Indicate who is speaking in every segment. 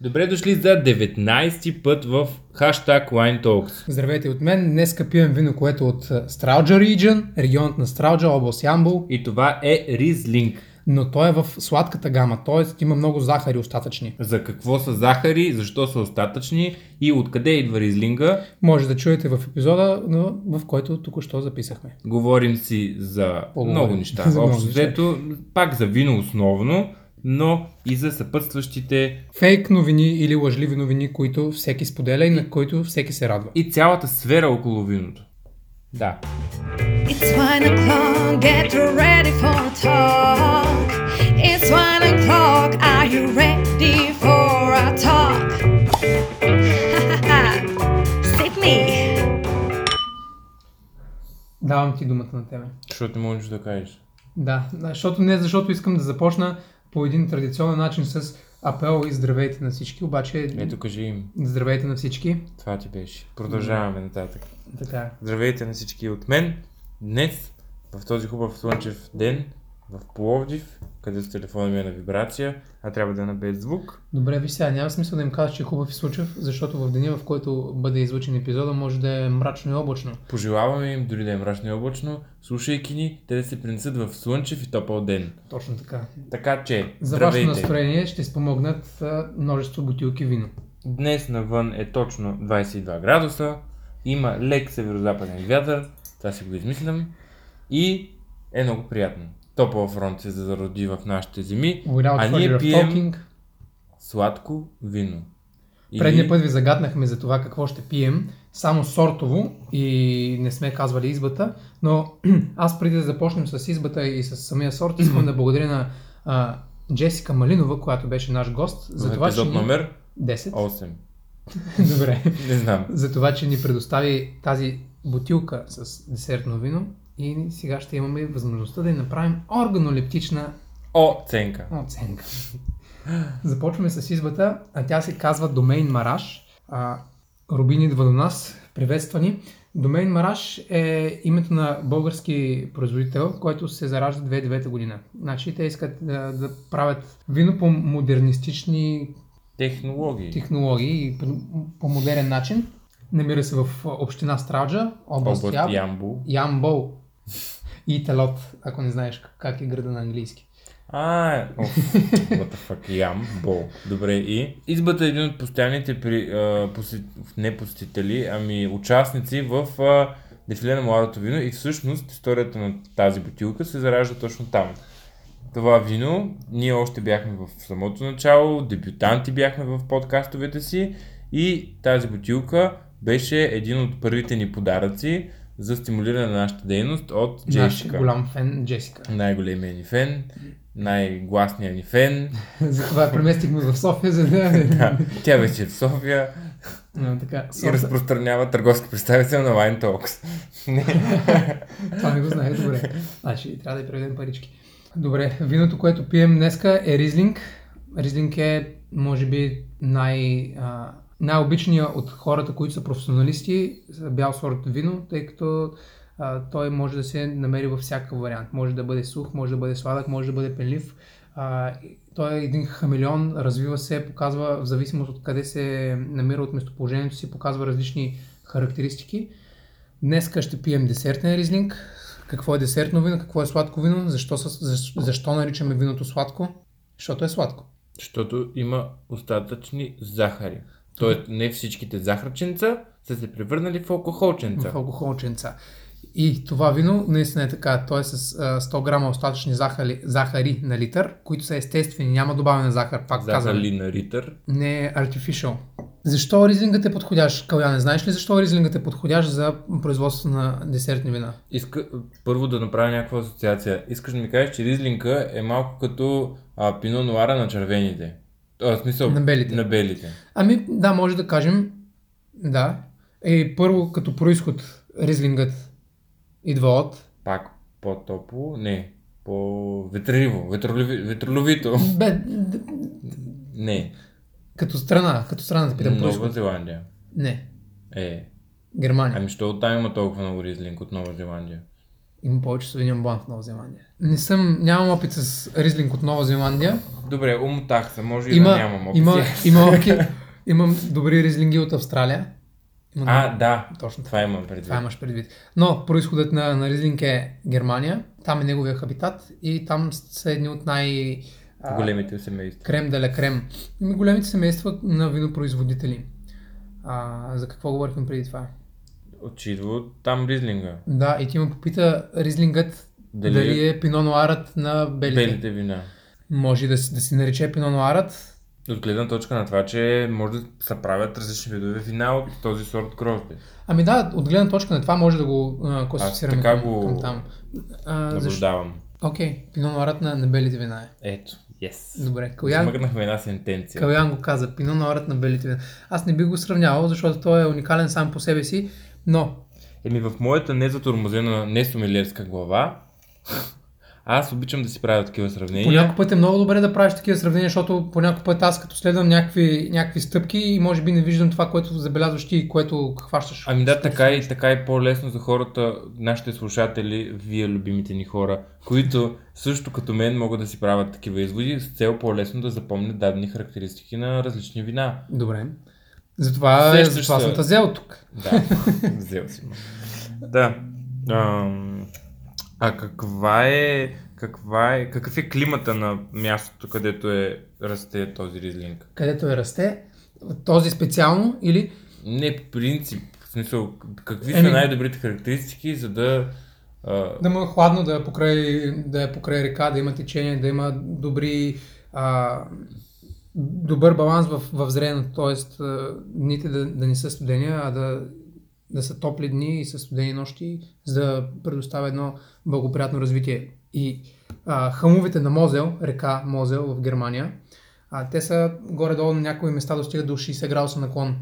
Speaker 1: Добре дошли за 19-ти път в хаштаг Wine Talks.
Speaker 2: Здравейте от мен. Днес пием вино, което е от а, Стралджа Region, регионът на Стралджа, област Ямбол,
Speaker 1: И това е Ризлинг.
Speaker 2: но то е в сладката гама, т.е. има много захари остатъчни.
Speaker 1: За какво са захари, защо са остатъчни и откъде идва Ризлинга.
Speaker 2: Може да чуете в епизода, но- в който току-що записахме.
Speaker 1: Говорим си за
Speaker 2: Поговорим.
Speaker 1: много неща.
Speaker 2: За много
Speaker 1: Общо
Speaker 2: неща.
Speaker 1: взето, пак за вино основно, но и за съпътстващите
Speaker 2: Фейк новини или лъжливи новини, които всеки споделя и на които всеки се радва.
Speaker 1: и цялата сфера около виното. Да.
Speaker 3: It's wine o'clock, get ready for a talk. It's wine o'clock, are you ready for a talk? Sit me.
Speaker 2: Давам ти думата на тебе.
Speaker 1: Защото не можеш да кажеш.
Speaker 2: Да, защото не защото искам да започна по един традиционен начин с апел и здравейте на всички, обаче
Speaker 1: Ето кажи им.
Speaker 2: здравейте на всички.
Speaker 1: Това ти беше. Продължаваме нататък.
Speaker 2: Така е.
Speaker 1: Здравейте на всички от мен. Днес, в този хубав слънчев ден, в Пловдив, където телефона ми е на вибрация, а трябва да е на без звук.
Speaker 2: Добре, виж сега, няма смисъл да им кажа, че е хубав и случав, защото в деня, в който бъде излучен епизода, може да е мрачно и облачно.
Speaker 1: Пожелаваме им, дори да е мрачно и облачно, слушайки ни, те да се принесат в слънчев и топъл ден.
Speaker 2: Точно така.
Speaker 1: Така че,
Speaker 2: За вашето
Speaker 1: здравейте!
Speaker 2: настроение ще спомогнат а, множество бутилки вино.
Speaker 1: Днес навън е точно 22 градуса, има лек северо-западен вятър, това си го измислям, и е много приятно. Топъл фронт се зароди в нашите земи,
Speaker 2: Without
Speaker 1: а ние
Speaker 2: further
Speaker 1: пием
Speaker 2: talking,
Speaker 1: сладко вино. Или-
Speaker 2: предния път ви загаднахме за това какво ще пием, само сортово и не сме казвали избата, но аз преди да започнем с избата и с самия сорт, искам да благодаря на а, Джесика Малинова, която беше наш гост, за
Speaker 1: в
Speaker 2: това, че
Speaker 1: епизод
Speaker 2: ни...
Speaker 1: номер
Speaker 2: 10.
Speaker 1: 8.
Speaker 2: Добре.
Speaker 1: Не знам.
Speaker 2: за това, че ни предостави тази бутилка с десертно вино и сега ще имаме възможността да й направим органолептична
Speaker 1: Оценка.
Speaker 2: оценка. Започваме с избата, а тя се казва Домейн Мараш. А, Рубин идва до нас, приветства ни. Домейн Мараш е името на български производител, който се заражда 2009 година. Значи те искат да, да правят вино по модернистични
Speaker 1: Технологии.
Speaker 2: технологии и по- по модерен начин. Намира се в а, община Страджа,
Speaker 1: Област
Speaker 2: област, област
Speaker 1: Ямбул.
Speaker 2: Ямбол и Телот, ако не знаеш как е града на английски.
Speaker 1: А, оф, what the fuck, Ямбул. Добре, и? Избата е един от постоянните при, а, посе... не посетители, ами участници в а, дефиле на младото вино и всъщност историята на тази бутилка се заражда точно там. Това вино, ние още бяхме в самото начало, дебютанти бяхме в подкастовете си и тази бутилка беше един от първите ни подаръци за стимулиране на нашата дейност от
Speaker 2: Наш
Speaker 1: Джесика.
Speaker 2: голям фен Джесика.
Speaker 1: Най-големия ни фен, най-гласния ни фен.
Speaker 2: Затова преместихме в София, за да...
Speaker 1: Да, Тя вече е в София
Speaker 2: Но, така,
Speaker 1: и
Speaker 2: сорта.
Speaker 1: разпространява търговски представител на Wine Talks.
Speaker 2: Това не го знае добре. Значи трябва да й преведем парички. Добре, виното, което пием днеска е Ризлинг. Ризлинг е, може би, най, а, най-обичният от хората, които са професионалисти, за бял сорт вино, тъй като а, той може да се намери във всякакъв вариант. Може да бъде сух, може да бъде сладък, може да бъде пенлив. А, и той е един хамелеон, развива се, показва в зависимост от къде се намира от местоположението си, показва различни характеристики. Днеска ще пием десертен ризлинг. Какво е десертно вино, какво е сладко вино, защо, със- защ- защо наричаме виното сладко? Защото е сладко.
Speaker 1: Защото има остатъчни захари. Тоест не всичките захарченца са се превърнали в алкохолченца.
Speaker 2: в алкохолченца. И това вино наистина е така. То е с а, 100 грама остатъчни захари, захари на литър, които са естествени. Няма добавена захар, пак казвам.
Speaker 1: Захали на ритър.
Speaker 2: Не е artificial. Защо ризлингът е подходящ? Каляне, знаеш ли защо ризлингът е подходящ за производство на десертни вина?
Speaker 1: Иска, първо да направя някаква асоциация. Искаш да ми кажеш, че Ризлинка е малко като а, Пино Нуара на червените. А, в смисъл,
Speaker 2: На белите.
Speaker 1: На белите.
Speaker 2: Ами, да, може да кажем. Да. Е, първо, като происход, ризлингът идва от...
Speaker 1: Пак по-топло, не, по-ветриво, ветроливи, ветроловито.
Speaker 2: Бе, д-
Speaker 1: Не,
Speaker 2: като страна, като страна да питам
Speaker 1: Нова
Speaker 2: происход.
Speaker 1: Зеландия. Ами,
Speaker 2: Не,
Speaker 1: Е,
Speaker 2: Германия.
Speaker 1: ами що оттам има толкова много Ризлинг от Нова Зеландия?
Speaker 2: Имам повече Совиньон Блан в Нова Зеландия. Не съм, нямам опит с Ризлинг от Нова Зеландия.
Speaker 1: Добре, умотах се, може и
Speaker 2: Има,
Speaker 1: да нямам опция.
Speaker 2: има, има, окей, имам добри Ризлинги от Австралия. Имам-
Speaker 1: А, да,
Speaker 2: точно
Speaker 1: това имам предвид.
Speaker 2: Това имаш предвид. Но происходът на, на Ризлинг е Германия. Там е неговия хабитат и там са едни от най... а,
Speaker 1: Големите семейства.
Speaker 2: Крем де ла крем. Ами големите семейства на винопроизводители. А, за какво говорихме преди това?
Speaker 1: Отидва от там Ризлинга.
Speaker 2: Да, и ти ме попита Ризлингът
Speaker 1: Дали-
Speaker 2: дали, дали е пино нуарът на белите.
Speaker 1: Белите вина.
Speaker 2: Може да, си- да си нарече пино нуарът.
Speaker 1: От гледна точка на това, че може да се правят различни видове вина от този сорт кросби.
Speaker 2: Ами да, от гледна точка на това може да го а, класифицираме
Speaker 1: така
Speaker 2: към,
Speaker 1: го
Speaker 2: към там. А, защо?
Speaker 1: Наблюдавам.
Speaker 2: Окей, пино нуарът на, на белите вина е.
Speaker 1: Ето, yes.
Speaker 2: Добре, Калян,
Speaker 1: Смъкнахме една сентенция.
Speaker 2: Калян го каза, пино нуарът на белите вина. Аз не би го сравнявал, защото той е уникален сам по себе си, но
Speaker 1: Еми в моята незатормозена, несомелерска глава, аз обичам да си правя такива
Speaker 2: По
Speaker 1: сравнения.
Speaker 2: някой път е много добре да правиш такива сравнения, защото по някой път аз като следвам някакви, някакви стъпки и може би не виждам това, което забелязваш ти и което хващаш.
Speaker 1: Ами да, така и, така и по-лесно за хората, нашите слушатели, вие любимите ни хора, които също като мен могат да си правят такива изводи с цел по-лесно да запомнят дадени характеристики на различни вина.
Speaker 2: Добре. Затова, е,
Speaker 1: Сещаш
Speaker 2: затова
Speaker 1: се.
Speaker 2: съм те взел тук.
Speaker 1: Да, взел си. ме. Да. Ам, а каква е, каква е, какъв е климата на мястото, където е расте този ризлинг?
Speaker 2: Където е расте, този специално или...
Speaker 1: Не по принцип, в смисъл, какви са
Speaker 2: Еми-
Speaker 1: най-добрите характеристики, за да... А,
Speaker 2: Да му е хладно, да е покрай, да е покрай река, да има течение, да има добри... А, добър баланс в, в зрението, т.е. дните да, да не са студени, а да, да са топли дни и са студени нощи, за да предоставя едно благоприятно развитие. И а, хълмовете на Мозел, река Мозел в Германия, а, те са горе-долу на някои места достигат до 60 градуса наклон.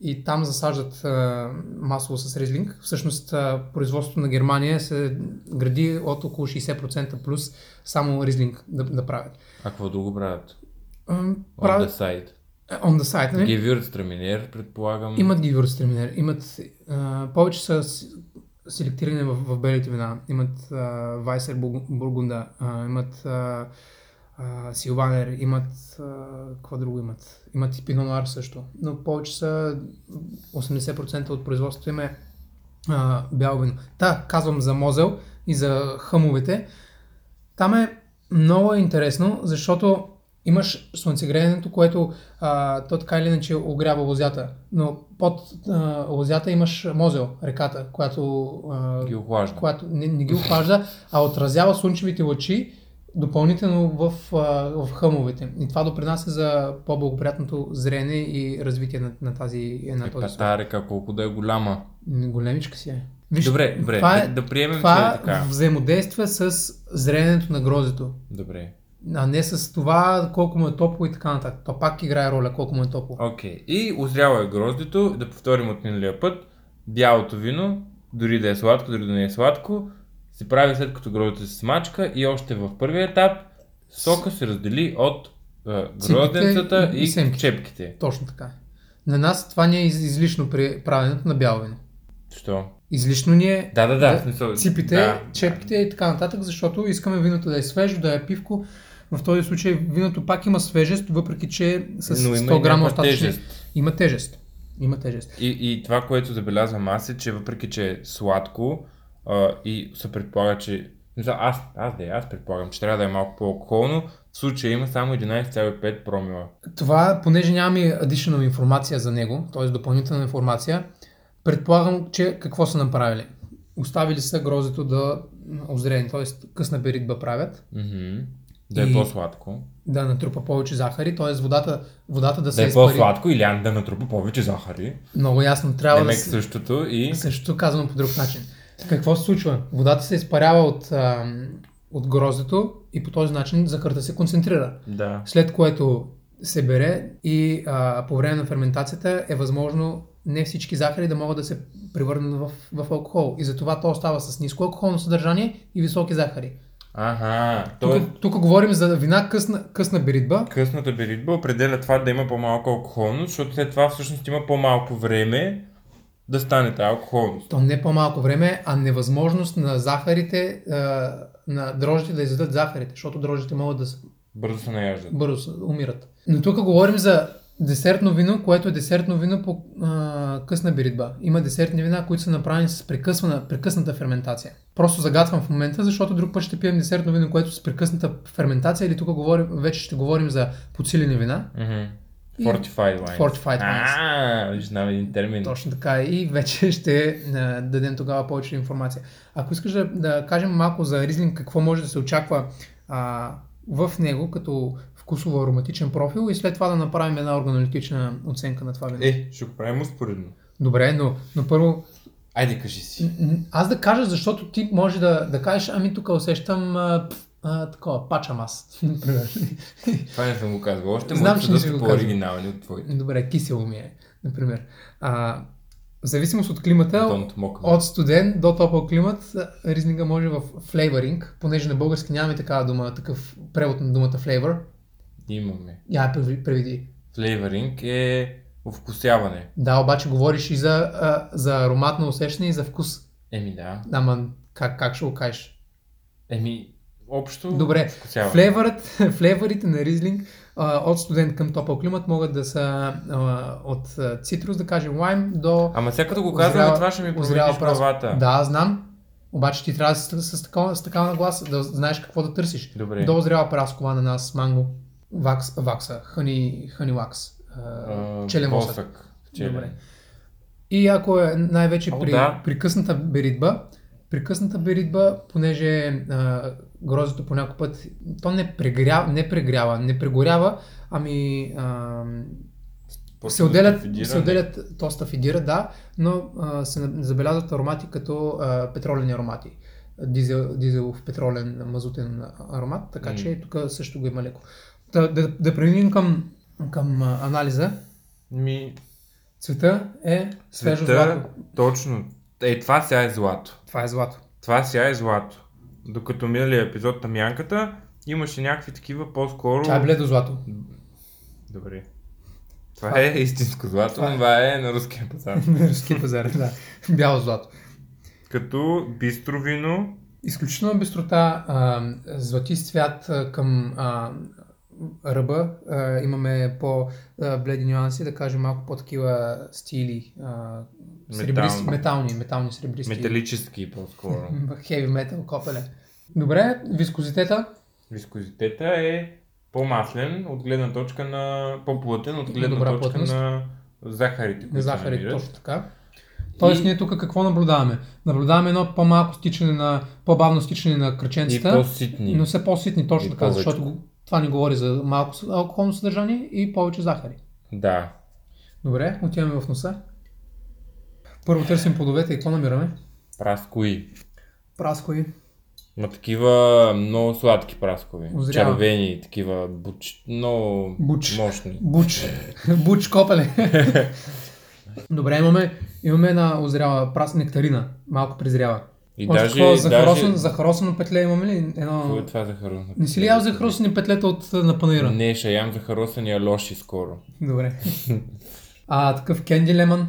Speaker 2: И там засаждат а, масово с резлинг. Всъщност а, производството на Германия се гради от около 60% плюс само резлинг да, да правят.
Speaker 1: а какво друго правят?
Speaker 2: Ам,
Speaker 1: On the
Speaker 2: правят
Speaker 1: side.
Speaker 2: on the side, нали?
Speaker 1: Гевюрт страминер, предполагам.
Speaker 2: Имат ги вирустреминер, имат а, повече са с- селектирани в, в белите вина. Имат а, Вайсер Бургу- Бургунда, а, имат а, а, Силванер, имат а, какво друго имат? Имат и Пино Нуар също. Но повече са 80% от производството им е а, бяло вино. Та, казвам за Мозел и за хъмовете. Там е много интересно, защото имаш слънцегреенето, което а, то така или иначе огрява лозята, но под а, лозята имаш мозел, реката, която, а,
Speaker 1: Ги охлажда.
Speaker 2: която не, не ги охлажда, а отразява слънчевите лъчи допълнително в, а, в хъмовете. И това допринася за по-благоприятното зрене и развитие на, на, тази, на
Speaker 1: Е,
Speaker 2: този
Speaker 1: па
Speaker 2: сорт.
Speaker 1: тая река колко да е голяма.
Speaker 2: Големичка си е.
Speaker 1: Добре, добре,
Speaker 2: това е-
Speaker 1: да- да приемем, че
Speaker 2: Това
Speaker 1: е така.
Speaker 2: взаимодейства с зренето на гроздето,
Speaker 1: Добре.
Speaker 2: а не с това колко му е топло и така нататък. То пак играе роля колко му е топло.
Speaker 1: Окей. И озряло е гроздето, да повторим от миналия път. Бялото вино, дори да е сладко, дори да не е сладко, се прави след като гроздето се смачка и още в първия етап сока се раздели от е,
Speaker 2: Ципите
Speaker 1: грозденцата
Speaker 2: и-
Speaker 1: и,
Speaker 2: и семките.
Speaker 1: чепките.
Speaker 2: Точно така. е. На нас това ни е из- излишно при правенето на бяло вино.
Speaker 1: Що?
Speaker 2: Излишно ни е
Speaker 1: Да, да, да. в смисъл,
Speaker 2: ципите,
Speaker 1: да.
Speaker 2: чепките и така нататък, защото искаме виното да е свежо, да е пивко. В този случай виното пак има свежест, въпреки че с
Speaker 1: Но има и
Speaker 2: 100 грама
Speaker 1: някаква
Speaker 2: остатъчни.
Speaker 1: тежест.
Speaker 2: Има тежест. Има тежест.
Speaker 1: И, и това, което забелязвам аз е, че въпреки, че е сладко а, и се предполага, че... не знам, Аз, аз да е, аз предполагам, че трябва да е малко по-алкохолно. В случая има само 11,5 промила.
Speaker 2: Това, понеже нямаме additional информация за него, т.е. допълнителна информация, предполагам, че какво са направили? Оставили са гроздето да озрее, т.е. късна беритба правят,
Speaker 1: Мгм. Да е
Speaker 2: И-
Speaker 1: по-сладко.
Speaker 2: да натрупа повече захари, т.е. водата, водата да се
Speaker 1: Да е
Speaker 2: изпари.
Speaker 1: по-сладко или ан- да натрупа повече захари.
Speaker 2: Много ясно, трябва
Speaker 1: Да
Speaker 2: да
Speaker 1: мек
Speaker 2: се...
Speaker 1: същото и...
Speaker 2: Също казано по друг начин. Какво се случва? Водата се изпарява от, ам, от гроздето и по този начин захарта се концентрира.
Speaker 1: Да.
Speaker 2: след което се бере и а, по време на ферментацията е възможно не всички захари да могат да се превърнат в, в алкохол. И затова то остава с ниско алкохолно съдържание и високи захари.
Speaker 1: Ага.
Speaker 2: Тук,
Speaker 1: Той
Speaker 2: тук говорим за вина късна, късна беритба.
Speaker 1: е късната беритба определя това да има по-малко алкохолност, защото след това всъщност има по-малко време да станете алкохолност.
Speaker 2: То не по-малко време, а невъзможност на захарите, а, на дрожжите да изядат захарите, защото дрожжите могат да с-
Speaker 1: Бързо се наяждат.
Speaker 2: бързо се умират. Но тук говорим за десертно вино, което е десертно вино по а, късна биритба. Има десертни вина, които са направени с прекъсвана, прекъсната ферментация. Просто загатвам в момента, защото друг път ще пием десертно вино, което с прекъсната ферментация или тук говорим, вече ще говорим за подсилени вина.
Speaker 1: Мгм.
Speaker 2: И-
Speaker 1: Fortified wines.
Speaker 2: Е, Fortified wines.
Speaker 1: А, виж, знам един термин.
Speaker 2: Точно така и вече ще а, дадем тогава повече информация. Ако искаш да, да кажем малко за Ризлинг, какво може да се очаква а, в него като вкусово-ароматичен профил и след това да направим една органолитична оценка на това вино.
Speaker 1: Е, ще го правим успоредно.
Speaker 2: Добре, но, но първо
Speaker 1: Айде, кажи си.
Speaker 2: м, м, аз да кажа, защото ти може да, да кажеш, ами тук усещам а, пф, а, такова, пачам аз. например.
Speaker 1: Това не съм го казвал. Още
Speaker 2: Знам,
Speaker 1: Знам,
Speaker 2: че
Speaker 1: че
Speaker 2: не си
Speaker 1: доста
Speaker 2: го
Speaker 1: по-оригинални от твоите.
Speaker 2: Добре, кисело ми е, например. А, в зависимост от климата,
Speaker 1: Don't mock me.
Speaker 2: от студен до топъл климат, ризнига може в флейваринг, понеже на български нямаме такава дума, такъв превод на думата флейвър.
Speaker 1: Имаме.
Speaker 2: Я преви- преведи.
Speaker 1: Флейваринг е овкусяване.
Speaker 2: Да, обаче говориш и за, а, за ароматно усещане и за вкус.
Speaker 1: Еми да.
Speaker 2: Ама как, как ще го кажеш?
Speaker 1: Еми, общо
Speaker 2: Добре,
Speaker 1: вкусяване.
Speaker 2: флейвърът, флейвърите на ризлинг а, от студен към топъл климат могат да са а, от а, цитрус, да кажем лайм, до
Speaker 1: Ама сега като го
Speaker 2: Озряла-
Speaker 1: казваме, това ще ми
Speaker 2: озряла
Speaker 1: промениш
Speaker 2: прас-
Speaker 1: правата.
Speaker 2: Да, знам. Обаче ти трябва с, с, с, такова, с такава нагласа да знаеш какво да търсиш.
Speaker 1: Добре.
Speaker 2: До озряла праскова на нас, манго, вакс, вакса, хани, хани вакс, а,
Speaker 1: А,
Speaker 2: челен восък.
Speaker 1: восък. Челен.
Speaker 2: Добре. И ако е най-вече
Speaker 1: О,
Speaker 2: при,
Speaker 1: да.
Speaker 2: при късната беритба, при късната беритба, понеже а, грозето по някой път, то не, прегря, не прегрява, не прегорява, ами а,
Speaker 1: После
Speaker 2: се отделят,
Speaker 1: ликвидиране.
Speaker 2: се отделят, то стафидира, да, но а, се на- забелязват аромати като а, петролени аромати. Дизел, дизелов, петролен, мазутен аромат, така
Speaker 1: М.
Speaker 2: че тук също го има леко. Да, да, да преминем към, към а, анализа.
Speaker 1: Ми,
Speaker 2: Цвета е свежо
Speaker 1: цвета,
Speaker 2: злато.
Speaker 1: точно. Е, това сега е злато.
Speaker 2: Това е злато.
Speaker 1: Това сега е злато. Докато миналия епизод на Мянката имаше някакви такива по-скоро...
Speaker 2: Това е бледо злато.
Speaker 1: Добре. Това е истинско злато,
Speaker 2: Това е.
Speaker 1: това е на руския пазар.
Speaker 2: Руски пазар, да. Бяло злато.
Speaker 1: Като бистро вино,
Speaker 2: Изключително бистрота, а, златист цвят а, към а, ръба. А, имаме по-бледи нюанси, да кажем малко по-такива стили. А, сребристи,
Speaker 1: Метално.
Speaker 2: метални, метални сребристи.
Speaker 1: металически по-скоро.
Speaker 2: Хеви метал, копеле. Добре, вискозитета.
Speaker 1: Вискозитета е по-маслен от гледна точка на... по-плътен от гледна
Speaker 2: Добра
Speaker 1: точка
Speaker 2: плътност.
Speaker 1: на захарите, които
Speaker 2: на
Speaker 1: се
Speaker 2: захарите,
Speaker 1: намират.
Speaker 2: точно така. Тоест,
Speaker 1: И-
Speaker 2: ние тук какво наблюдаваме? Наблюдаваме едно по-малко стичане на, по-бавно стичане на
Speaker 1: И
Speaker 2: кръченцата.
Speaker 1: по-ситни.
Speaker 2: Но все по-ситни, точно
Speaker 1: И
Speaker 2: така,
Speaker 1: повече.
Speaker 2: защото го- това ни говори за малко с- алкохолно съдържание и повече захари.
Speaker 1: Да.
Speaker 2: Добре, отиваме в носа. Първо търсим плодовете и какво намираме?
Speaker 1: Праскови.
Speaker 2: Праскови.
Speaker 1: На такива много сладки праскови.
Speaker 2: Озрява.
Speaker 1: Червени, такива буч... много
Speaker 2: Буч.
Speaker 1: мощни.
Speaker 2: Буч. Буч копеле. Добре, имаме, имаме една озряла прас нектарина, малко презряла.
Speaker 1: И
Speaker 2: Още
Speaker 1: даже...
Speaker 2: такова
Speaker 1: даже...
Speaker 2: захаросано, захаросано петле имаме ли? Едно...
Speaker 1: Какво е това захаросно?
Speaker 2: Не си ли ял захаросани петлета от а, на панаира?
Speaker 1: Не, ще ям захаросани алоши скоро.
Speaker 2: Добре. А, такъв кенди лемън.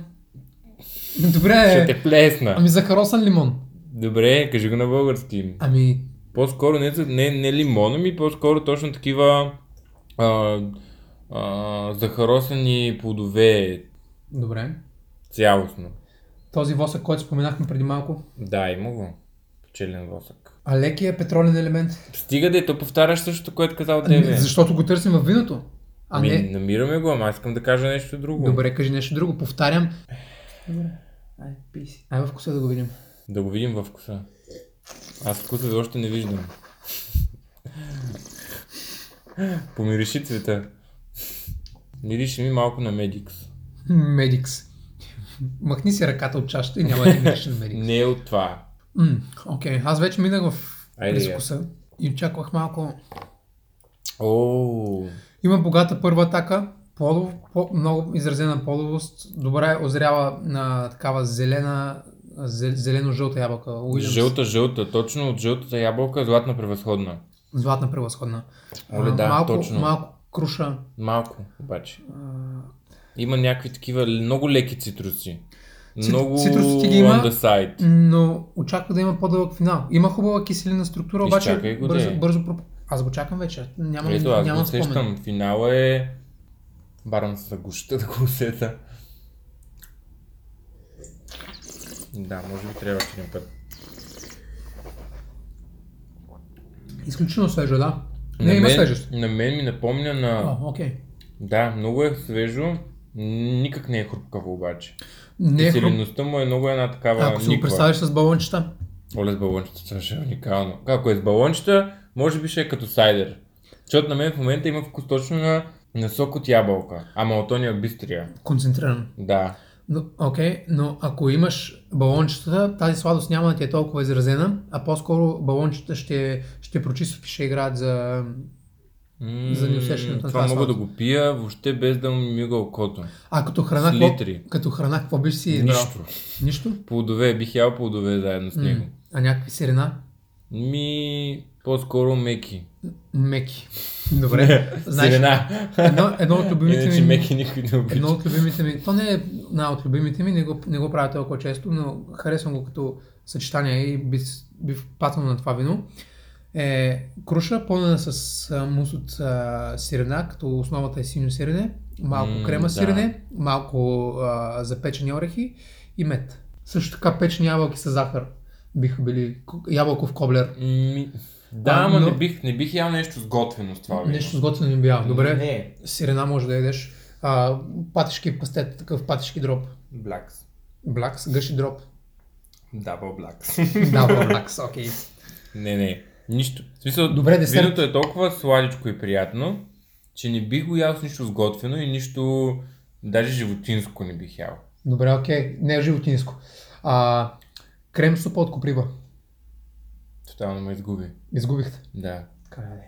Speaker 2: Добре,
Speaker 1: Ще те плесна.
Speaker 2: ами захаросан лимон.
Speaker 1: Добре, кажи го на български.
Speaker 2: Ами,
Speaker 1: По-скоро не, за- не, не лимона ми, по-скоро точно такива а, а, захаросани плодове
Speaker 2: добре.
Speaker 1: цялостно.
Speaker 2: Този восък, който споменахме преди малко.
Speaker 1: Да, има го. Пчелен восък.
Speaker 2: А лекия петролен елемент.
Speaker 1: Стига да и то повтаряш същото, което е казал
Speaker 2: Не,
Speaker 1: тебе.
Speaker 2: защото го търсим във виното. Ами, А
Speaker 1: Ми,
Speaker 2: не.
Speaker 1: намираме го, ама аз искам да кажа нещо друго.
Speaker 2: Добре, кажи нещо друго. Повтарям. Добре. Ай, пи си. Ай, във вкуса да го видим.
Speaker 1: Да го видим във вкуса. Аз вкуса ви още не виждам. Помириши цвета. Мирише ми малко на Медикс.
Speaker 2: Медикс. Махни си ръката от чашата и няма да видиш на Медикс.
Speaker 1: Не е от това.
Speaker 2: М, Окей, аз вече минах в
Speaker 1: Айде,
Speaker 2: през
Speaker 1: я.
Speaker 2: вкуса и очаквах малко.
Speaker 1: О,
Speaker 2: Има богата първа атака. Плодов, по, много изразена плодовост. Добре озрява на такава зелена, зе- зелено-жълта ябълка. Уилямс.
Speaker 1: жълта, жълта, точно от жълтата ябълка, златна превъзходна.
Speaker 2: Златна превъзходна.
Speaker 1: Оле,
Speaker 2: А,
Speaker 1: да,
Speaker 2: малко,
Speaker 1: точно.
Speaker 2: малко круша.
Speaker 1: Малко, обаче.
Speaker 2: а,
Speaker 1: Има някакви такива л- много леки цитруси.
Speaker 2: Цит-
Speaker 1: Много
Speaker 2: цитрусите ги има.
Speaker 1: on the side.
Speaker 2: Но очаква да има по-дълъг финал. Има хубава киселина структура,
Speaker 1: Изчакай
Speaker 2: обаче
Speaker 1: го,
Speaker 2: бързо,
Speaker 1: де.
Speaker 2: бързо проп... Аз го чакам вече. Нямам,
Speaker 1: Ето, аз
Speaker 2: нямам
Speaker 1: го
Speaker 2: спомен.
Speaker 1: усещам. Финала е... Барам се за гушата да го усета. Да, може би трябва още един път.
Speaker 2: Изключително свежо, да. Не,
Speaker 1: на
Speaker 2: има
Speaker 1: мен,
Speaker 2: свежест.
Speaker 1: На мен ми напомня на...
Speaker 2: О, окей.
Speaker 1: Да, много е свежо. Никак не е хрупкаво обаче.
Speaker 2: Не е хруп...
Speaker 1: Киселинността му е много една такава
Speaker 2: Ако си го
Speaker 1: никва.
Speaker 2: представиш с балончета.
Speaker 1: Оле с балончета, това ще е уникално. Ако е с балончета, може би ще е като сайдер. Защото на мен в момента има вкус точно на, на сок от ябълка. Ама от ония бистрия.
Speaker 2: Концентрирано.
Speaker 1: Да.
Speaker 2: Но, окей, но ако имаш балончетата, тази сладост няма да ти е толкова изразена, а по-скоро балончета ще, ще прочистват и ще играят за...
Speaker 1: М,
Speaker 2: За неусещането на
Speaker 1: Това
Speaker 2: тази
Speaker 1: мога да
Speaker 2: сладост.
Speaker 1: го пия въобще без да му мига окото.
Speaker 2: А като храна,
Speaker 1: С
Speaker 2: какво,
Speaker 1: литри.
Speaker 2: като храна, какво биш си избрал?
Speaker 1: Нищо.
Speaker 2: Нищо?
Speaker 1: Плодове, бих ял плодове заедно с него.
Speaker 2: М, А някакви сирена?
Speaker 1: Ми, по-скоро меки.
Speaker 2: Меки. Добре.
Speaker 1: Сирена.
Speaker 2: Едно, едно от любимите
Speaker 1: Иначе
Speaker 2: ми...
Speaker 1: меки никой не обича.
Speaker 2: Едно от любимите ми, то не е една от любимите ми, не го, не го правя толкова често, но харесвам го като съчетание и би, с- би патнал на това вино. Е круша, пълнена с а, мус от а, сирена, като основата е синьо сирене, малко
Speaker 1: М,
Speaker 2: крема
Speaker 1: да.
Speaker 2: сирене, малко а, запечени орехи и мед. Също така печени ябълки с захар биха били ко- ябълков коблер.
Speaker 1: Ми, да,
Speaker 2: А,
Speaker 1: ама
Speaker 2: но-
Speaker 1: не, бих, не бих ял нещо с готвено с това вино.
Speaker 2: Нещо сготвено им бял. Добре,
Speaker 1: Не,
Speaker 2: сирена може да ядеш. А, патишки пастет, такъв патишки дроп.
Speaker 1: Блакс.
Speaker 2: Блакс, гъши дроп.
Speaker 1: Дабъл Блакс.
Speaker 2: Да, Бормакс, окей.
Speaker 1: не, не. Нищо. В смисъл,
Speaker 2: Добре, десерт.
Speaker 1: виното е толкова сладичко и приятно, че не бих го ял с нищо сготвено и нищо, даже животинско не бих ял.
Speaker 2: Добре, окей. Не е животинско. А, крем супа от коприва.
Speaker 1: Тотално ме изгуби.
Speaker 2: Изгубихте.
Speaker 1: Да.
Speaker 2: Крале.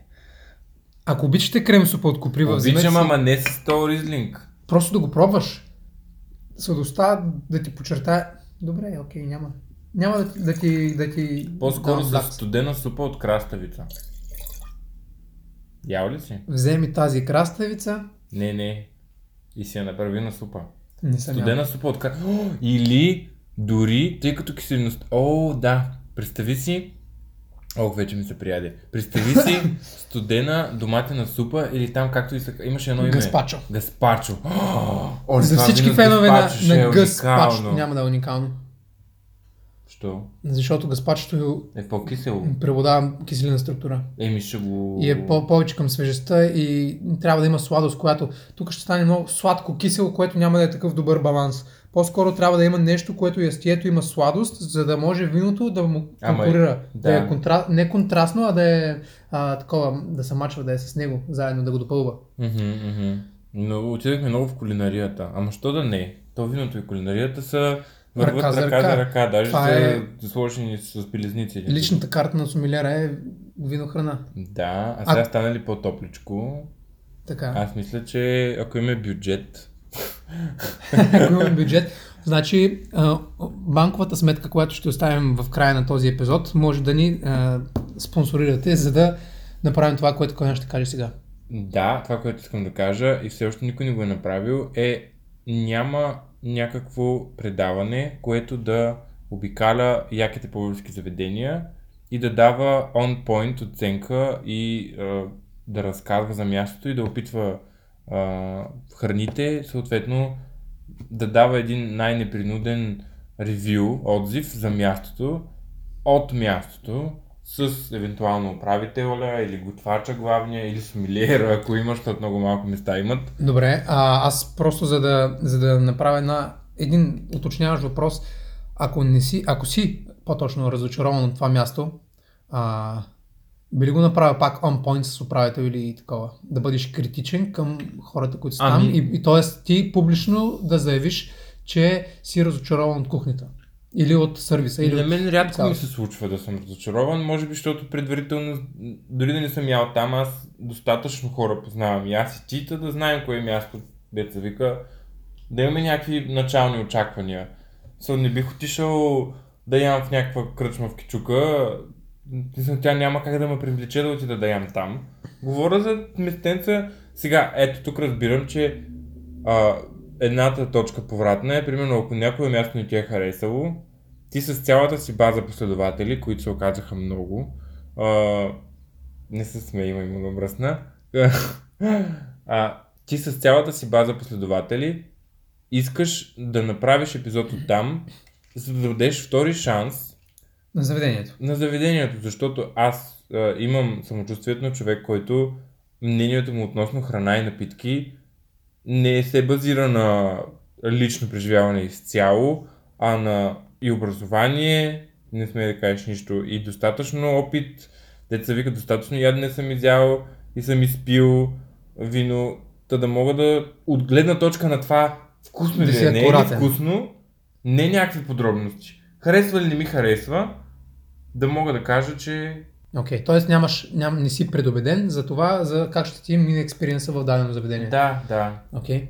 Speaker 2: Ако обичате крем супа от коприва, вземете
Speaker 1: Обичам,
Speaker 2: си-
Speaker 1: ама не с този ризлинг.
Speaker 2: просто да го пробваш. Сладостта да ти почерта... Добре, окей, няма. Няма да ти... Да ти, да ти...
Speaker 1: По-скоро
Speaker 2: да,
Speaker 1: с
Speaker 2: да.
Speaker 1: студена супа от краставица. Ял ли си?
Speaker 2: Вземи тази краставица.
Speaker 1: Не, не. И си я направи на супа.
Speaker 2: Не съм ял.
Speaker 1: Студена супа от кар... О, Или дори, тъй като киселиността... О, да. Представи си... Ох, вече ми се прияде. Представи си студена доматена супа или там както и са... Имаше едно име.
Speaker 2: Гаспачо.
Speaker 1: Гаспачо. О, о,
Speaker 2: За
Speaker 1: това
Speaker 2: всички
Speaker 1: вино с
Speaker 2: фенове на,
Speaker 1: гаспачо ще е
Speaker 2: на гъс
Speaker 1: уникално.
Speaker 2: няма да е уникално.
Speaker 1: Що?
Speaker 2: Защото гъспачето
Speaker 1: Е по-кисело.
Speaker 2: преподава киселина структура.
Speaker 1: Еми ще го...
Speaker 2: И е по- повече към свежестта и трябва да има сладост, която тук ще стане много сладко-кисело, което няма да е такъв добър баланс. По-скоро трябва да има нещо, което ястието има сладост, за да може виното да му
Speaker 1: Ама е-
Speaker 2: конкурира. да.
Speaker 1: да.
Speaker 2: е контра... не контрастно, а да е а, такова, да се мачва, да е с него, заедно да го допълва.
Speaker 1: Мгм, мгм. Но отидахме много в кулинарията. Ама що да не? То виното и кулинарията са върват
Speaker 2: Ръка
Speaker 1: ръка
Speaker 2: за
Speaker 1: за ръка.
Speaker 2: ръка.
Speaker 1: Даже
Speaker 2: Това
Speaker 1: са
Speaker 2: е-
Speaker 1: сложени с белезници. един друг.
Speaker 2: Личната карта на сомилера е винохрана.
Speaker 1: Да, а сега
Speaker 2: А-
Speaker 1: стана ли по-топличко?
Speaker 2: Така.
Speaker 1: Аз мисля, че ако имаме бюджет,
Speaker 2: ако имаме бюджет. Значи, а, банковата сметка, която ще оставим в края на този епизод, може да ни а, спонсорирате, за да направим това, което Конян ще каже сега.
Speaker 1: да, това, което искам да кажа и все още никой не го е направил, е няма някакво предаване, което да обикаля яките български заведения и да дава on-point оценка и а, да разказва за мястото и да опитва а, храните, съответно да дава един най-непринуден ревю, отзив за мястото, от мястото, с евентуално управителя или готвача главния или сомилиера, ако имаш, защото много малко места имат.
Speaker 2: Добре, а, аз просто за да, за да направя една, един уточняващ въпрос, ако, не си, ако си по-точно разочарован от това място, а, би ли го направя пак on point с управител или такова? Да бъдеш критичен към хората, които са там
Speaker 1: Ами-
Speaker 2: и, и т.е. ти публично да заявиш, че си разочарован от кухнята или от сервиса. Или
Speaker 1: на
Speaker 2: от
Speaker 1: мен рядко ми
Speaker 2: цялото.
Speaker 1: се случва да съм разочарован, може би защото предварително, дори да не съм ял там, аз достатъчно хора познавам и аз и тита да знаем кое е място, деца вика, да имаме някакви начални очаквания. Со, не бих отишъл да ям в някаква кръчма в Кичука, Мисля, тя няма как да ме привлече да отида да ям там. Говоря за местенца. Сега, ето тук разбирам, че а, едната точка повратна е, примерно, ако някое място не ти е харесало, ти с цялата си база последователи, които се оказаха много, а, не се смей, има има мръсна, а, ти с цялата си база последователи искаш да направиш епизод от там, за да дадеш втори шанс
Speaker 2: На заведението.
Speaker 1: на заведението, защото аз а, имам самочувствието на човек, който мнението му относно храна и напитки не се базира на лично преживяване изцяло, а на и образование, не сме да кажеш нищо, и достатъчно опит, деца вика достатъчно ядене съм изял и съм изпил вино, та да мога да от гледна точка на това вкусно
Speaker 2: Да
Speaker 1: ли
Speaker 2: си
Speaker 1: е, не е ли
Speaker 2: акуратен.
Speaker 1: вкусно, не някакви подробности. Харесва ли не ми харесва, да мога да кажа, че
Speaker 2: Окей, т.е. нямаш, ням, не си предубеден за това, за как ще ти мине експириенса в дадено заведение.
Speaker 1: да, да.
Speaker 2: Окей.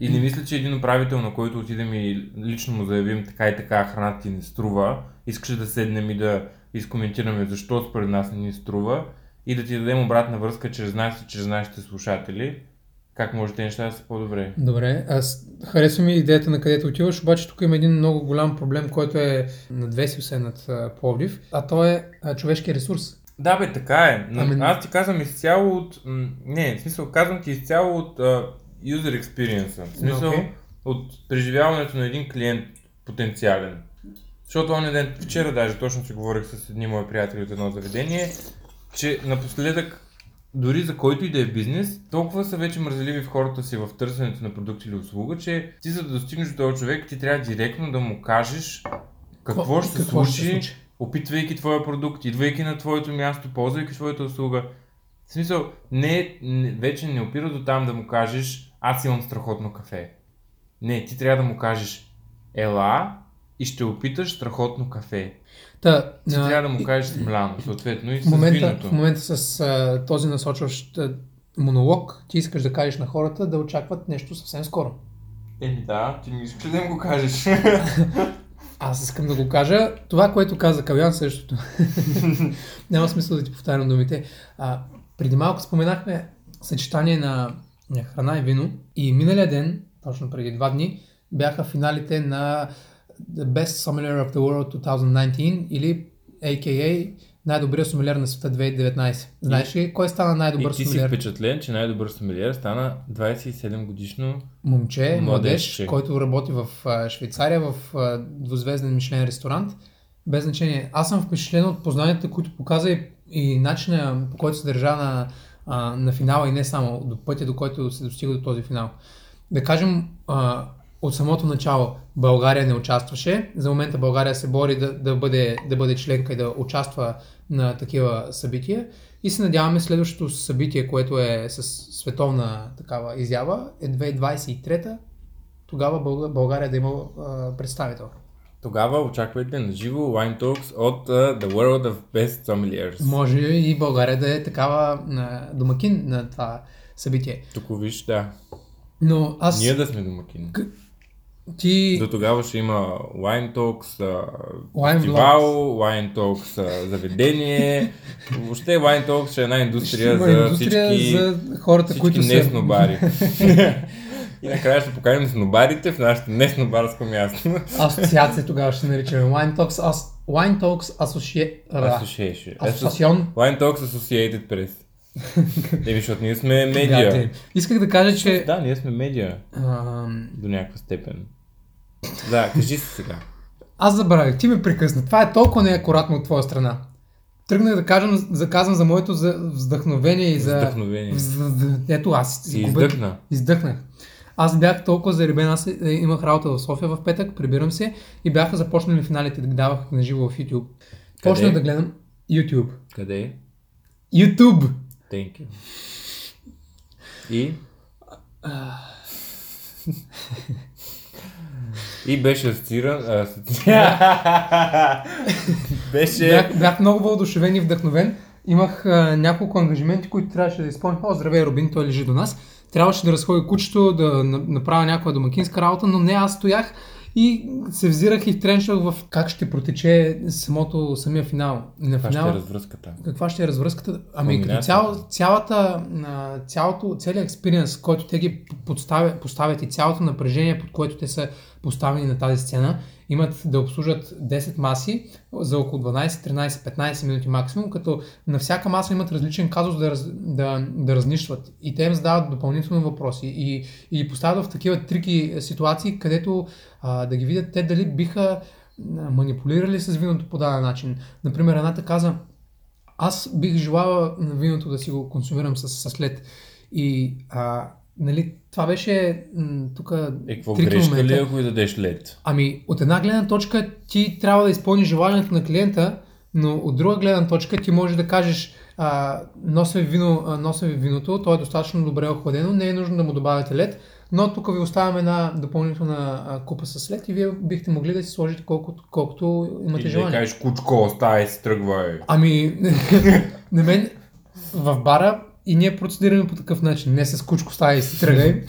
Speaker 1: И не мисля, че един управител, на който отидем и лично му заявим така и така храната ти не струва, искаше да седнем и да изкоментираме защо според нас не ни струва и да ти дадем обратна връзка чрез нас и чрез нашите слушатели, как може те неща да са по-добре.
Speaker 2: Добре, аз харесва ми идеята на където отиваш, обаче тук има един много голям проблем, който е надвесил се над а, Пловдив, а то е а, човешкия ресурс.
Speaker 1: Да бе, така е. Но
Speaker 2: Ами-
Speaker 1: Аз ти казвам изцяло от... м, Не, в смисъл казвам ти изцяло от а, user experience. В смисъл
Speaker 2: Окей.
Speaker 1: от преживяването на един клиент потенциален. Защото он ден, вчера даже точно си говорих с едни мои приятели от едно заведение, че напоследък дори за който и да е бизнес, толкова са вече мързеливи в хората си в търсенето на продукт или услуга, че ти за да достигнеш до този човек, ти трябва директно да му кажеш какво, ще, се
Speaker 2: какво ще се
Speaker 1: случи,
Speaker 2: случи?
Speaker 1: опитвайки твоя продукт, идвайки на твоето място, ползвайки твоята услуга. В смисъл, не, не, вече не опира до там да му кажеш, аз имам страхотно кафе. Не, ти трябва да му кажеш, ела и ще опиташ страхотно кафе.
Speaker 2: Та,
Speaker 1: Ти
Speaker 2: а,
Speaker 1: трябва да му
Speaker 2: и-
Speaker 1: кажеш смляно, съответно и
Speaker 2: в
Speaker 1: с
Speaker 2: момента,
Speaker 1: виното.
Speaker 2: в момента с а, този насочващ а, монолог, ти искаш да кажеш на хората да очакват нещо съвсем скоро.
Speaker 1: Еми Е, да, ти не искаш да им го кажеш.
Speaker 2: Аз искам да го кажа. Това, което каза Калян, същото. Няма смисъл да ти повтарям думите. А, преди малко споменахме съчетание на, на храна и вино. И миналия ден, точно преди два дни, бяха финалите на The Best Sommelier of the World 2019 или AKA най-добрия сомелер на света 2019. Знаеш ли кой стана най-добър
Speaker 1: и ти си
Speaker 2: сомелер?
Speaker 1: впечатлен, че най-добър сомелиер стана 27 годишно.
Speaker 2: момче, младеж,
Speaker 1: Младежче.
Speaker 2: който работи в а, Швейцария в а, двузвезден Мишлен ресторант. Без значение. Аз съм впечатлен от познанията, които показа и, и начина по който се държа на, а, на финала и не само до пътя, до който се достига до този финал. Да кажем, а, от самото начало България не участваше. За момента България се бори да, да, бъде, да бъде членка и да участва на такива събития. И се надяваме следващото събитие, което е с световна такава изява, е 2023. Тогава Бълга- България да има а, представител.
Speaker 1: Тогава очаквайте на живо Wine Talks от uh, The World of Best Sommeliers.
Speaker 2: Може и България да е такава а, домакин на това събитие.
Speaker 1: Тук виж, да.
Speaker 2: Но аз...
Speaker 1: Ние да сме домакини.
Speaker 2: Ти...
Speaker 1: До тогава ще има Wine Talks, а,
Speaker 2: Wine
Speaker 1: фестивал, Wine Talks а, заведение. Въобще Wine Talks ще е една
Speaker 2: Ще
Speaker 1: индустрия,
Speaker 2: има
Speaker 1: за,
Speaker 2: индустрия
Speaker 1: всички,
Speaker 2: за хората,
Speaker 1: всички
Speaker 2: които са...
Speaker 1: неснобари. И накрая ще поканим снобарите в нашето неснобарско място.
Speaker 2: Асоциация тогава ще се наричаме. Wine Talks, ас... Wine Talks Associ...
Speaker 1: Association.
Speaker 2: Асоциацион.
Speaker 1: Wine Talks Associated Press. Еми, защото ние сме медиа.
Speaker 2: Приятели. Исках да кажа, че...
Speaker 1: Да, ние сме медиа
Speaker 2: ам,
Speaker 1: до някаква степен. Да, кажи си сега.
Speaker 2: Аз забравих, ти ме прекъсна. Това е толкова неакуратно от твоя страна. Тръгнах да кажем, за, казвам за моето за вдъхновение и за...
Speaker 1: Вдъхновение.
Speaker 2: Вз- Ето аз
Speaker 1: Си
Speaker 2: губя-
Speaker 1: издъхна.
Speaker 2: Издъхнах. Аз бях толкова заребен, аз е, имах работа в София в петък, прибирам се и бяха започнали финалите да ги давах на живо в YouTube. Почнах да гледам YouTube.
Speaker 1: Къде е?
Speaker 2: YouTube!
Speaker 1: Thank you. И? И беше асоцииран... а, асоци- беше...
Speaker 2: Бях, бях много въодушевен и вдъхновен. Имах а, няколко ангажименти, които трябваше да изпълня. О, здравей, Робин, той лежи до нас. Трябваше да разходя кучето, да на- направя някаква домакинска работа, но не аз стоях И се взирах и тренчах в как ще протече самото, самия финал. И на
Speaker 1: Това ще е
Speaker 2: финала,
Speaker 1: развръзката.
Speaker 2: каква ще е развръзката? Ами като
Speaker 1: Комбинацията.
Speaker 2: цяло, цялата, а, цялото, целият експириенс, който те ги подставя, поставят и цялото напрежение, под което те са поставени на тази сцена, имат да обслужат 10 маси за около 12, 13, 15 минути максимум, като на всяка маса имат различен казус да, раз, да, да разнищват. И те им задават допълнително въпроси и, и ги поставят в такива трики а, ситуации, където а, да ги видят те дали биха а, манипулирали с виното по даден начин. Например, едната каза, аз бих желала на виното да си го консумирам с, с лед. И а, нали, това беше тук
Speaker 1: Е, какво грешка ли, е, ако и дадеш лед?
Speaker 2: Ами, от една гледна точка ти трябва да изпълниш желанието на клиента, но от друга гледна точка ти може да кажеш а, нося ви, вино, а, нося ви виното, то е достатъчно добре охладено, не е нужно да му добавяте лед, но тук ви оставяме една допълнителна а, купа с лед и вие бихте могли да си сложите колкото, колкото имате
Speaker 1: Или да
Speaker 2: желание.
Speaker 1: кажеш, кучко, оставай, си тръгвай.
Speaker 2: Ами, на мен в бара и ние процедираме по такъв начин. Не с кучко стая и си тръгай,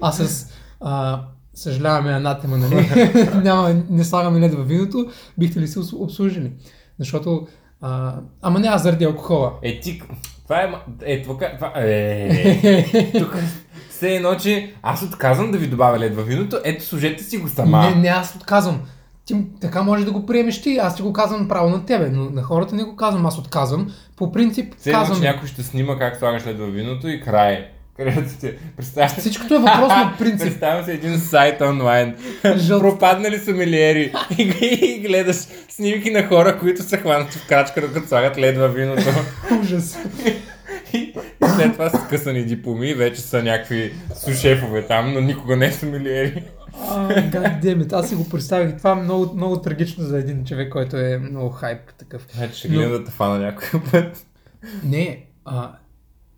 Speaker 2: а с... А, съжаляваме анатема, нали? Няма, не слагаме лед във виното. Бихте ли се обс- обслужили? Защото... А, ама не аз заради алкохола.
Speaker 1: Е, ти... Това е... ма- Е, това... това е, тук все едно, че аз отказвам да ви добавя лед във виното. Ето, служете си го сама.
Speaker 2: Не, не, аз отказвам. Ти м- така може да го приемеш ти, аз ти го казвам право на тебе, но на хората не го казвам, аз отказвам. По принцип
Speaker 1: все едно,
Speaker 2: казвам,
Speaker 1: че някой ще снима как слагаш лед във виното и край. Където ти... Представяш си...
Speaker 2: всичкото е въпрос на принцип.
Speaker 1: Представям се един сайт онлайн.
Speaker 2: Жълт.
Speaker 1: Пропаднали сомелиери. И, и гледаш снимки на хора, които са хванати в крачка, докато слагат лед във виното.
Speaker 2: Ужас.
Speaker 1: И, и след това са скъсани дипломи и вече са някакви сушефове там, но никога не е сомелиери.
Speaker 2: А, Goddammit, аз си го представих. Това е много, много трагично за един човек, който е много хайп такъв.
Speaker 1: Значи ще
Speaker 2: Но-
Speaker 1: гледам да те фана някой път.
Speaker 2: Не, а,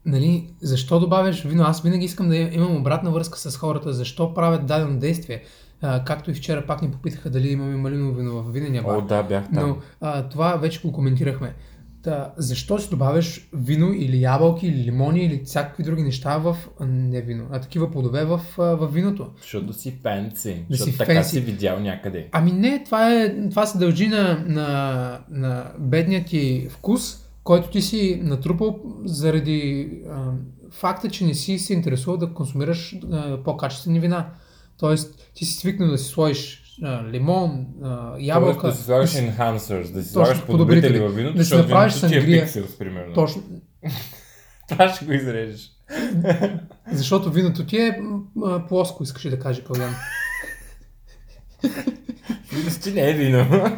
Speaker 2: нали, защо добавяш вино? Аз винаги искам да имам обратна връзка с хората. Защо правят дадено действие? А, както и вчера пак ни попитаха дали имаме малиново вино в винения бар.
Speaker 1: О, да, бях там.
Speaker 2: Но а, това вече го коментирахме. Та, защо си добавяш вино или ябълки, или лимони, или всякакви други неща в а, не вино, а такива плодове в, а, в виното?
Speaker 1: Защото си фенци.
Speaker 2: Да си
Speaker 1: Защото така
Speaker 2: фенци.
Speaker 1: си видял някъде.
Speaker 2: Ами не, това, е, това се дължи на, на, на бедния ти вкус, който ти си натрупал заради а, факта, че не си се интересувал да консумираш а, по-качествени вина. Тоест, ти си свикнал да си сложиш а, лимон, а,
Speaker 1: Тоест
Speaker 2: ябълка.
Speaker 1: да си слагаш
Speaker 2: и с-
Speaker 1: enhancers, да си
Speaker 2: Точно,
Speaker 1: слагаш подобрители
Speaker 2: подобрители.
Speaker 1: във виното,
Speaker 2: Да си
Speaker 1: защото
Speaker 2: направиш
Speaker 1: виното ти е
Speaker 2: сангрия.
Speaker 1: пикселс, примерно.
Speaker 2: Точно,
Speaker 1: Това ще го изрежеш.
Speaker 2: защото виното ти е м, а, плоско, искаше да каже Калян.
Speaker 1: Мисля, че не е вино.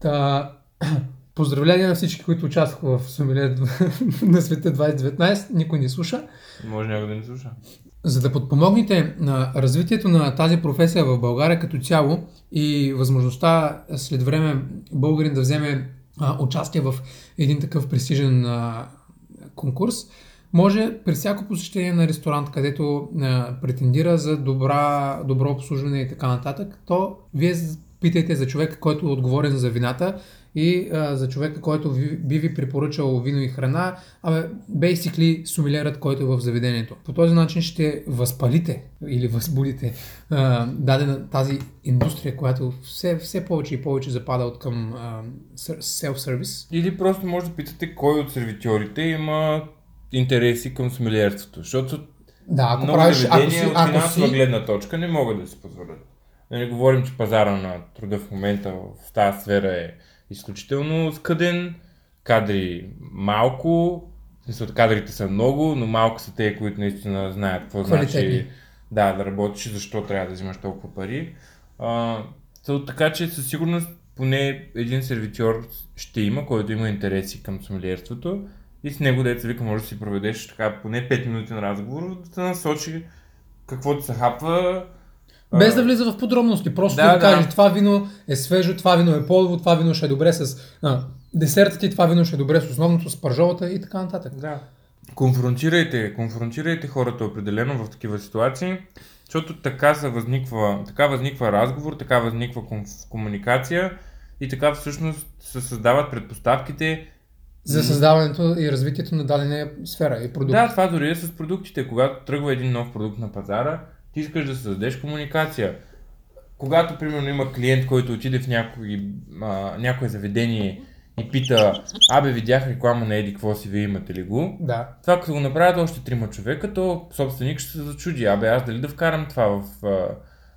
Speaker 2: Та, поздравления на всички, които участваха в Сомелия на света 2019. Никой не слуша.
Speaker 1: Може някой да не слуша.
Speaker 2: За да подпомогнете на развитието на тази професия в България като цяло и възможността след време българин да вземе а, участие в един такъв престижен а, конкурс, може при всяко посещение на ресторант, където а, претендира за добра, добро обслужване и така нататък, то вие з- питайте за човека, който е отговорен за вината и а, за човека, който ви, би ви препоръчал вино и храна, а basically сумилерът, който е в заведението. По този начин ще възпалите или възбудите а, дадена тази индустрия, която все, все повече и повече запада от към а, сър- self-service.
Speaker 1: Или просто може да питате кой от сервитьорите има интереси към сомелиерството. Защото
Speaker 2: Да, ако
Speaker 1: много
Speaker 2: правиш, ако
Speaker 1: заведения
Speaker 2: си,
Speaker 1: от
Speaker 2: ако
Speaker 1: финансова
Speaker 2: си,
Speaker 1: гледна точка не могат да си позволят. Да не говорим, че пазара на труда в момента в тази сфера е изключително скъден, кадри малко, в смисъл кадрите са много, но малко са те, които наистина знаят какво значи
Speaker 2: Квалитетни.
Speaker 1: да, да работиш и защо трябва да взимаш толкова пари. А, то, така че със сигурност поне един сервитьор ще има, който има интереси към сомелиерството и с него, деца вика, може да си проведеш така поне 5 минути на разговор, да те насочи каквото се хапва. а,
Speaker 2: без да влиза в подробности, просто
Speaker 1: Да,
Speaker 2: да, да
Speaker 1: да.
Speaker 2: каже, това вино е свежо, това вино е полово, това вино ще е добре с а, десерта ти, това вино ще е добре с основното, с пържолата и така нататък.
Speaker 1: Да. Конфронтирайте, конфронтирайте хората определено в такива ситуации, защото така, се възниква, така възниква разговор, така възниква ком- комуникация и така всъщност се създават предпоставките.
Speaker 2: За създаването и развитието на дадена сфера и продукт.
Speaker 1: Да, това дори е с продуктите. Когато тръгва един нов продукт на пазара, ти искаш да създадеш комуникация. когато примерно има клиент, който отиде в някой, а, някое заведение и пита, абе видях реклама на Еди, какво си, вие имате ли го?
Speaker 2: Да.
Speaker 1: Това като го направят още трима човека, то собственик ще се зачуди, абе аз дали да вкарам това в а,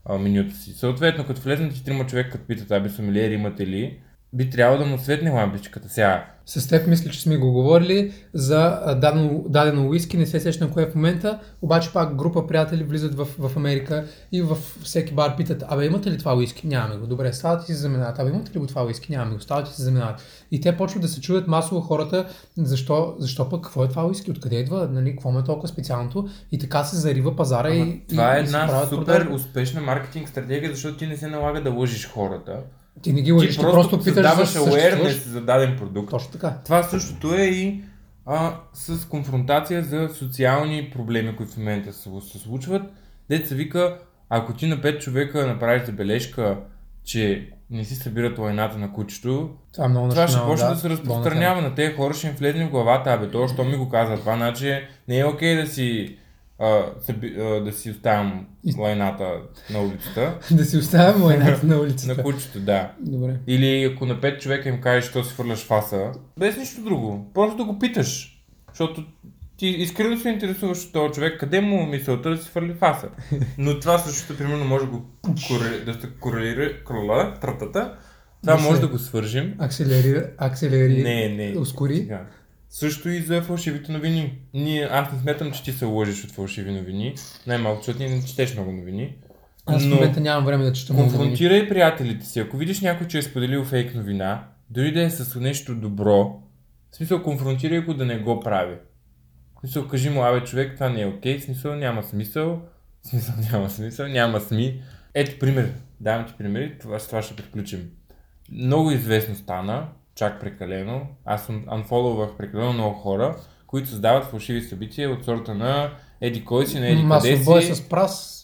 Speaker 1: а, менюто си. Съответно, като влезнат трима човека, като питат, абе сомелиер имате ли, би трябвало да му светне лампичката. Сега,
Speaker 2: С теб мисля, че сме го говорили за а, дадено, дадено уиски, не се сещам кое е в момента, обаче пак група приятели влизат в, в Америка и в всеки бар питат, абе имате ли това уиски? Нямаме го. Добре, стават и се заминават. Абе имате ли го това уиски? Нямаме го. Стават и се заминават. И те почват да се чудят масово хората, защо, защо пък, какво е това уиски, откъде идва, нали, какво му е толкова специалното и така се зарива пазара
Speaker 1: Ама
Speaker 2: и,
Speaker 1: това
Speaker 2: и,
Speaker 1: е
Speaker 2: и се
Speaker 1: една
Speaker 2: правят
Speaker 1: супер
Speaker 2: продажби.
Speaker 1: успешна маркетинг стратегия, защото ти не се налага да лъжиш хората.
Speaker 2: Ти не ги лъжиш,
Speaker 1: ти
Speaker 2: ти просто питаш за
Speaker 1: създаваш
Speaker 2: съществуващ-
Speaker 1: awareness за даден продукт.
Speaker 2: Точно така.
Speaker 1: Това същото е и а, с конфронтация за социални проблеми, които в момента се, се случват. Деца вика, ако ти на 5 човека направиш забележка, че не си събират лайната на кучето,
Speaker 2: Това е много
Speaker 1: това ще
Speaker 2: национално,
Speaker 1: почне да, се
Speaker 2: болно
Speaker 1: разпространява на тези хора, ще им влезне в главата, абе, то, що ми го каза това, значи не е окей да си, а, съби, а, да си оставям лайната на улицата,
Speaker 2: тема. да си оставя войната на улицата.
Speaker 1: на кучето, да.
Speaker 2: Добре.
Speaker 1: Или ако на пет човека им кажеш, що си фърляш фаса, без нищо друго, просто да го питаш, защото ти искрено се интересуваш от този човек, къде му е мисълта да си фърли фаса. Но това също, примерно, може да го корели, да се корелира кръла, тратата. Това
Speaker 2: Да се-
Speaker 1: може да го свържим.
Speaker 2: Акселерира, акселери.
Speaker 1: Не, не.
Speaker 2: Е, Ускори.
Speaker 1: Сега. Също и за фалшивите новини. Ние, аз не смятам, че ти се лъжиш от фалшиви новини. Най-малко, защото ти не четеш много новини.
Speaker 2: Аз в
Speaker 1: Но
Speaker 2: момента нямам време да чета много новини.
Speaker 1: конфронтирай приятелите си. Ако видиш някой, че е споделил фейк новина, дори да е с нещо добро, в смисъл конфронтирай го да не го прави. В смисъл кажи му, абе човек, това не е окей, в смисъл няма смисъл, в смисъл няма смисъл, няма сми. Ето пример, давам ти примери, това, с това ще приключим. Много известно стана, чак прекалено, аз съм unfollowвах прекалено много хора, които създават фалшиви събития от сорта на еди кой си, на еди къде
Speaker 2: Масов бой
Speaker 1: си.
Speaker 2: с прас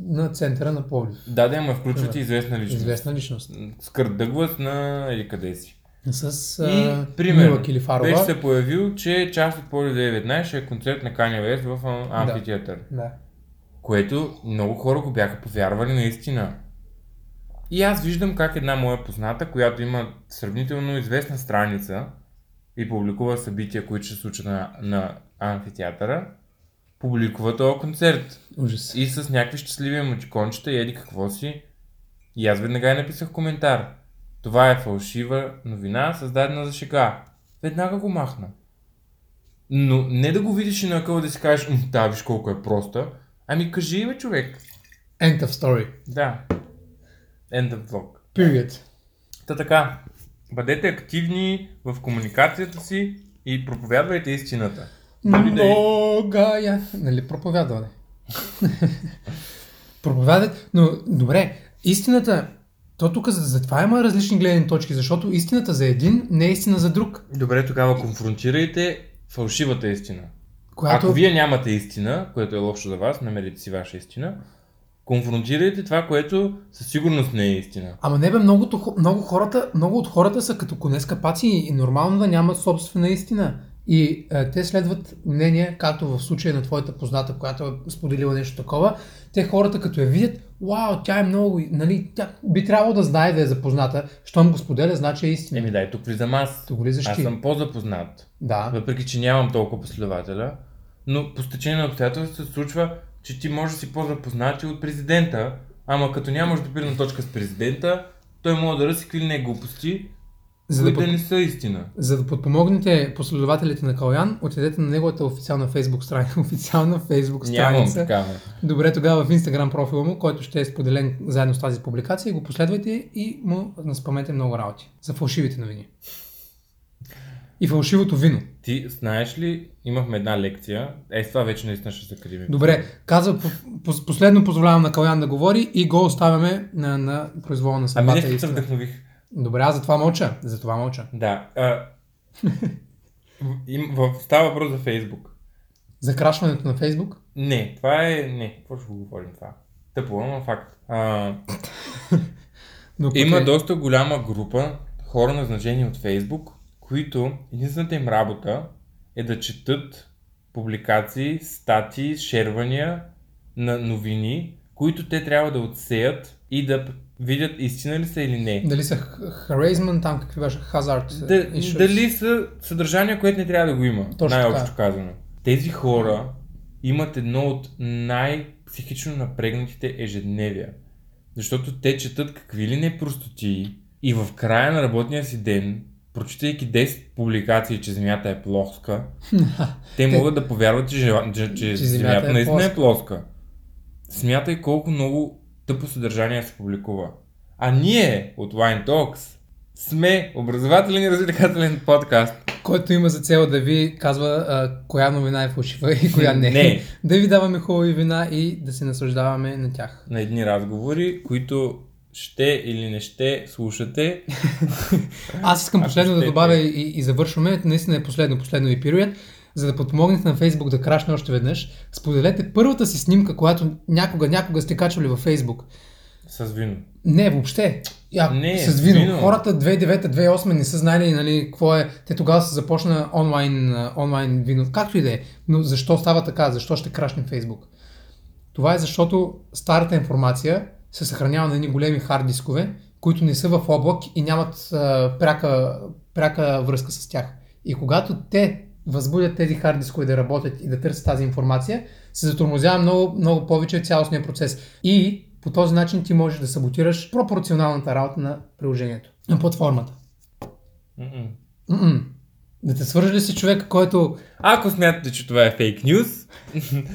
Speaker 2: на центъра на Пловдив.
Speaker 1: Да, да, ама включват и
Speaker 2: Пример.
Speaker 1: известна личност
Speaker 2: Известна личност.
Speaker 1: скърдъгват на или къде си.
Speaker 2: С
Speaker 1: И,
Speaker 2: а,
Speaker 1: пример,
Speaker 2: Мила
Speaker 1: беше
Speaker 2: Килифарова.
Speaker 1: се появил, че част от Поле 2019 ще е концерт на Kanye West в а, амфитеатър.
Speaker 2: Да.
Speaker 1: Което много хора го бяха повярвали наистина. И аз виждам как една моя позната, която има сравнително известна страница и публикува събития, които ще се случат на, на амфитеатъра, публикува този концерт.
Speaker 2: Ужас.
Speaker 1: И с някакви щастливи емотикончета и еди какво си. И аз веднага й написах коментар. Това е фалшива новина, създадена за шега. Веднага го махна. Но не да го видиш и на къла да си кажеш, «М, да, виж колко е проста. Ами кажи, бе, човек.
Speaker 2: End of story.
Speaker 1: Да. End of vlog.
Speaker 2: Period.
Speaker 1: Та така, бъдете активни в комуникацията си и проповядвайте истината. Дори да е-
Speaker 2: Бога я... Нали, проповядване. Проповядат, но добре, истината, то тук за, за това има различни гледни точки, защото истината за един не е истина за друг.
Speaker 1: Добре, тогава конфронтирайте фалшивата истина.
Speaker 2: Която...
Speaker 1: Ако вие нямате истина, което е лошо за вас, намерете си ваша истина, конфронтирайте това, което със сигурност не е истина.
Speaker 2: Ама не бе, многото, хо- много, хората, много от хората са като коне с капаци и нормално да нямат собствена истина. И е, те следват мнение, както в случая на твоята позната, която е споделила нещо такова. Те хората като я видят, вау, тя е много, нали, тя би трябвало да знае да е запозната. Щом го споделя, значи е истина.
Speaker 1: Еми дай, тук влизам аз.
Speaker 2: Тук влизаш
Speaker 1: Аз
Speaker 2: ти.
Speaker 1: съм по-запознат,
Speaker 2: Да,
Speaker 1: въпреки че нямам толкова последователя, но по стечение на обстоятелствата се случва, че ти може да си по-запознат и от президента, ама като нямаш допирна точка с президента, той може да ръси какви ли не глупости,
Speaker 2: за да,
Speaker 1: които
Speaker 2: под...
Speaker 1: не са истина.
Speaker 2: за да подпомогнете последователите на Калян, отидете на неговата официална фейсбук страница. Официална фейсбук
Speaker 1: Нямам
Speaker 2: страница.
Speaker 1: такава.
Speaker 2: Добре, тогава в Instagram профила му, който ще е споделен заедно с тази публикация, го последвайте и му наспамете много работи за фалшивите новини. И фалшивото вино.
Speaker 1: Ти знаеш ли, имахме една лекция, е с това вече наистина ще закрием.
Speaker 2: Добре, каза, по, по, последно позволявам на Калян да говори и го оставяме на, на произвола на
Speaker 1: Ами
Speaker 2: съдбата.
Speaker 1: нещо
Speaker 2: и
Speaker 1: се
Speaker 2: истина.
Speaker 1: вдъхнових.
Speaker 2: Добре, аз затова мълча. Затова мълча.
Speaker 1: Да. А, в, им- в, става въпрос за Фейсбук.
Speaker 2: За крашването на Фейсбук.
Speaker 1: Не, това е... Не, какво ще го говорим това? Тъпо, ама факт. А,
Speaker 2: Но пък
Speaker 1: има
Speaker 2: е-
Speaker 1: доста голяма група хора назначени от Фейсбук, които единствената им работа е да четат публикации, статии, шервания на новини, които те трябва да отсеят и да п- видят истина ли са или не.
Speaker 2: Дали са х- харейзмън, там какви беше хазард.
Speaker 1: Да,
Speaker 2: issues.
Speaker 1: дали са съдържание, което не трябва да го има,
Speaker 2: Точно
Speaker 1: най-общо
Speaker 2: така.
Speaker 1: казано. Тези хора имат едно от най-психично напрегнатите ежедневия. Защото те четат какви ли не простотии и в края на работния си ден, прочитайки 10 публикации, че Земята е плоска, те могат да повярват, че, жева- че, че,
Speaker 2: Че
Speaker 1: Земята,
Speaker 2: Земята е
Speaker 1: наистина е плоска. Смятай колко много тъпо съдържание се публикува. А ние от Wine Talks сме образователен и развлекателен подкаст.
Speaker 2: Който има за цел да ви казва а, коя новина е фалшива и коя не.
Speaker 1: Не.
Speaker 2: Да ви даваме хубави вина и да се наслаждаваме на тях.
Speaker 1: На едни разговори, които ще или не ще слушате.
Speaker 2: Аз искам
Speaker 1: Ако
Speaker 2: последно да
Speaker 1: щете.
Speaker 2: добавя и, и завършваме. Наистина е последно, последно и период. За да подпомогнете на Facebook да крашне още веднъж, споделете първата си снимка, която някога, някога сте качвали във Facebook.
Speaker 1: С вино.
Speaker 2: Не, въобще. Я,
Speaker 1: Не,
Speaker 2: не, с вино.
Speaker 1: вино.
Speaker 2: Хората 2009-2008 не са знали, нали, какво е. Те тогава се започна онлайн, а, онлайн вино. Както и да е. Но защо става така? Защо ще крашне Фейсбук? Това е защото старата информация се съхранява на едни големи хард дискове, които не са в облак и нямат а, пряка, пряка връзка с тях. И когато те възбудят тези хард дискове да работят и да търсят тази информация, се затормозява много, много повече цялостния процес. И по този начин ти можеш да саботираш пропорционалната работа на приложението, на платформата.
Speaker 1: М-м.
Speaker 2: М-м. Да те свържи ли си човек, който
Speaker 1: Ако смятате, че това е фейк нюз,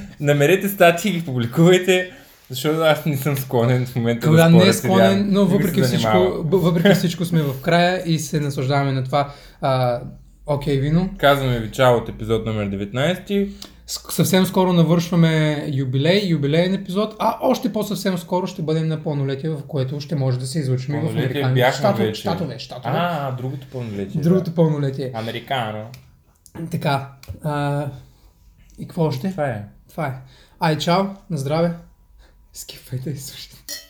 Speaker 1: намерете статии и ги публикувайте, защото аз не съм склонен в момента
Speaker 2: Кога
Speaker 1: да
Speaker 2: не
Speaker 1: споря
Speaker 2: е
Speaker 1: с
Speaker 2: склонен,
Speaker 1: Илян.
Speaker 2: но
Speaker 1: Не ми се
Speaker 2: въпреки всичко,
Speaker 1: занимавам.
Speaker 2: б- въпреки всичко сме в края и се наслаждаваме на това. А, Окей, вино.
Speaker 1: Казваме ви чао от епизод номер 19.
Speaker 2: С- съвсем скоро навършваме юбилей, юбилейен епизод, а още по-съвсем скоро ще бъдем на пълнолетие, в което ще може да се излъчим и в
Speaker 1: Пълнолетие
Speaker 2: Американия.
Speaker 1: бяхме
Speaker 2: Щатове,
Speaker 1: вече.
Speaker 2: щатове, щатове.
Speaker 1: А, другото пълнолетие.
Speaker 2: Другото пълнолетие.
Speaker 1: Да. Американо.
Speaker 2: Така. А, и какво още?
Speaker 1: Това е.
Speaker 2: Това е. Ай, чао, на здраве. Скипайте и слушайте.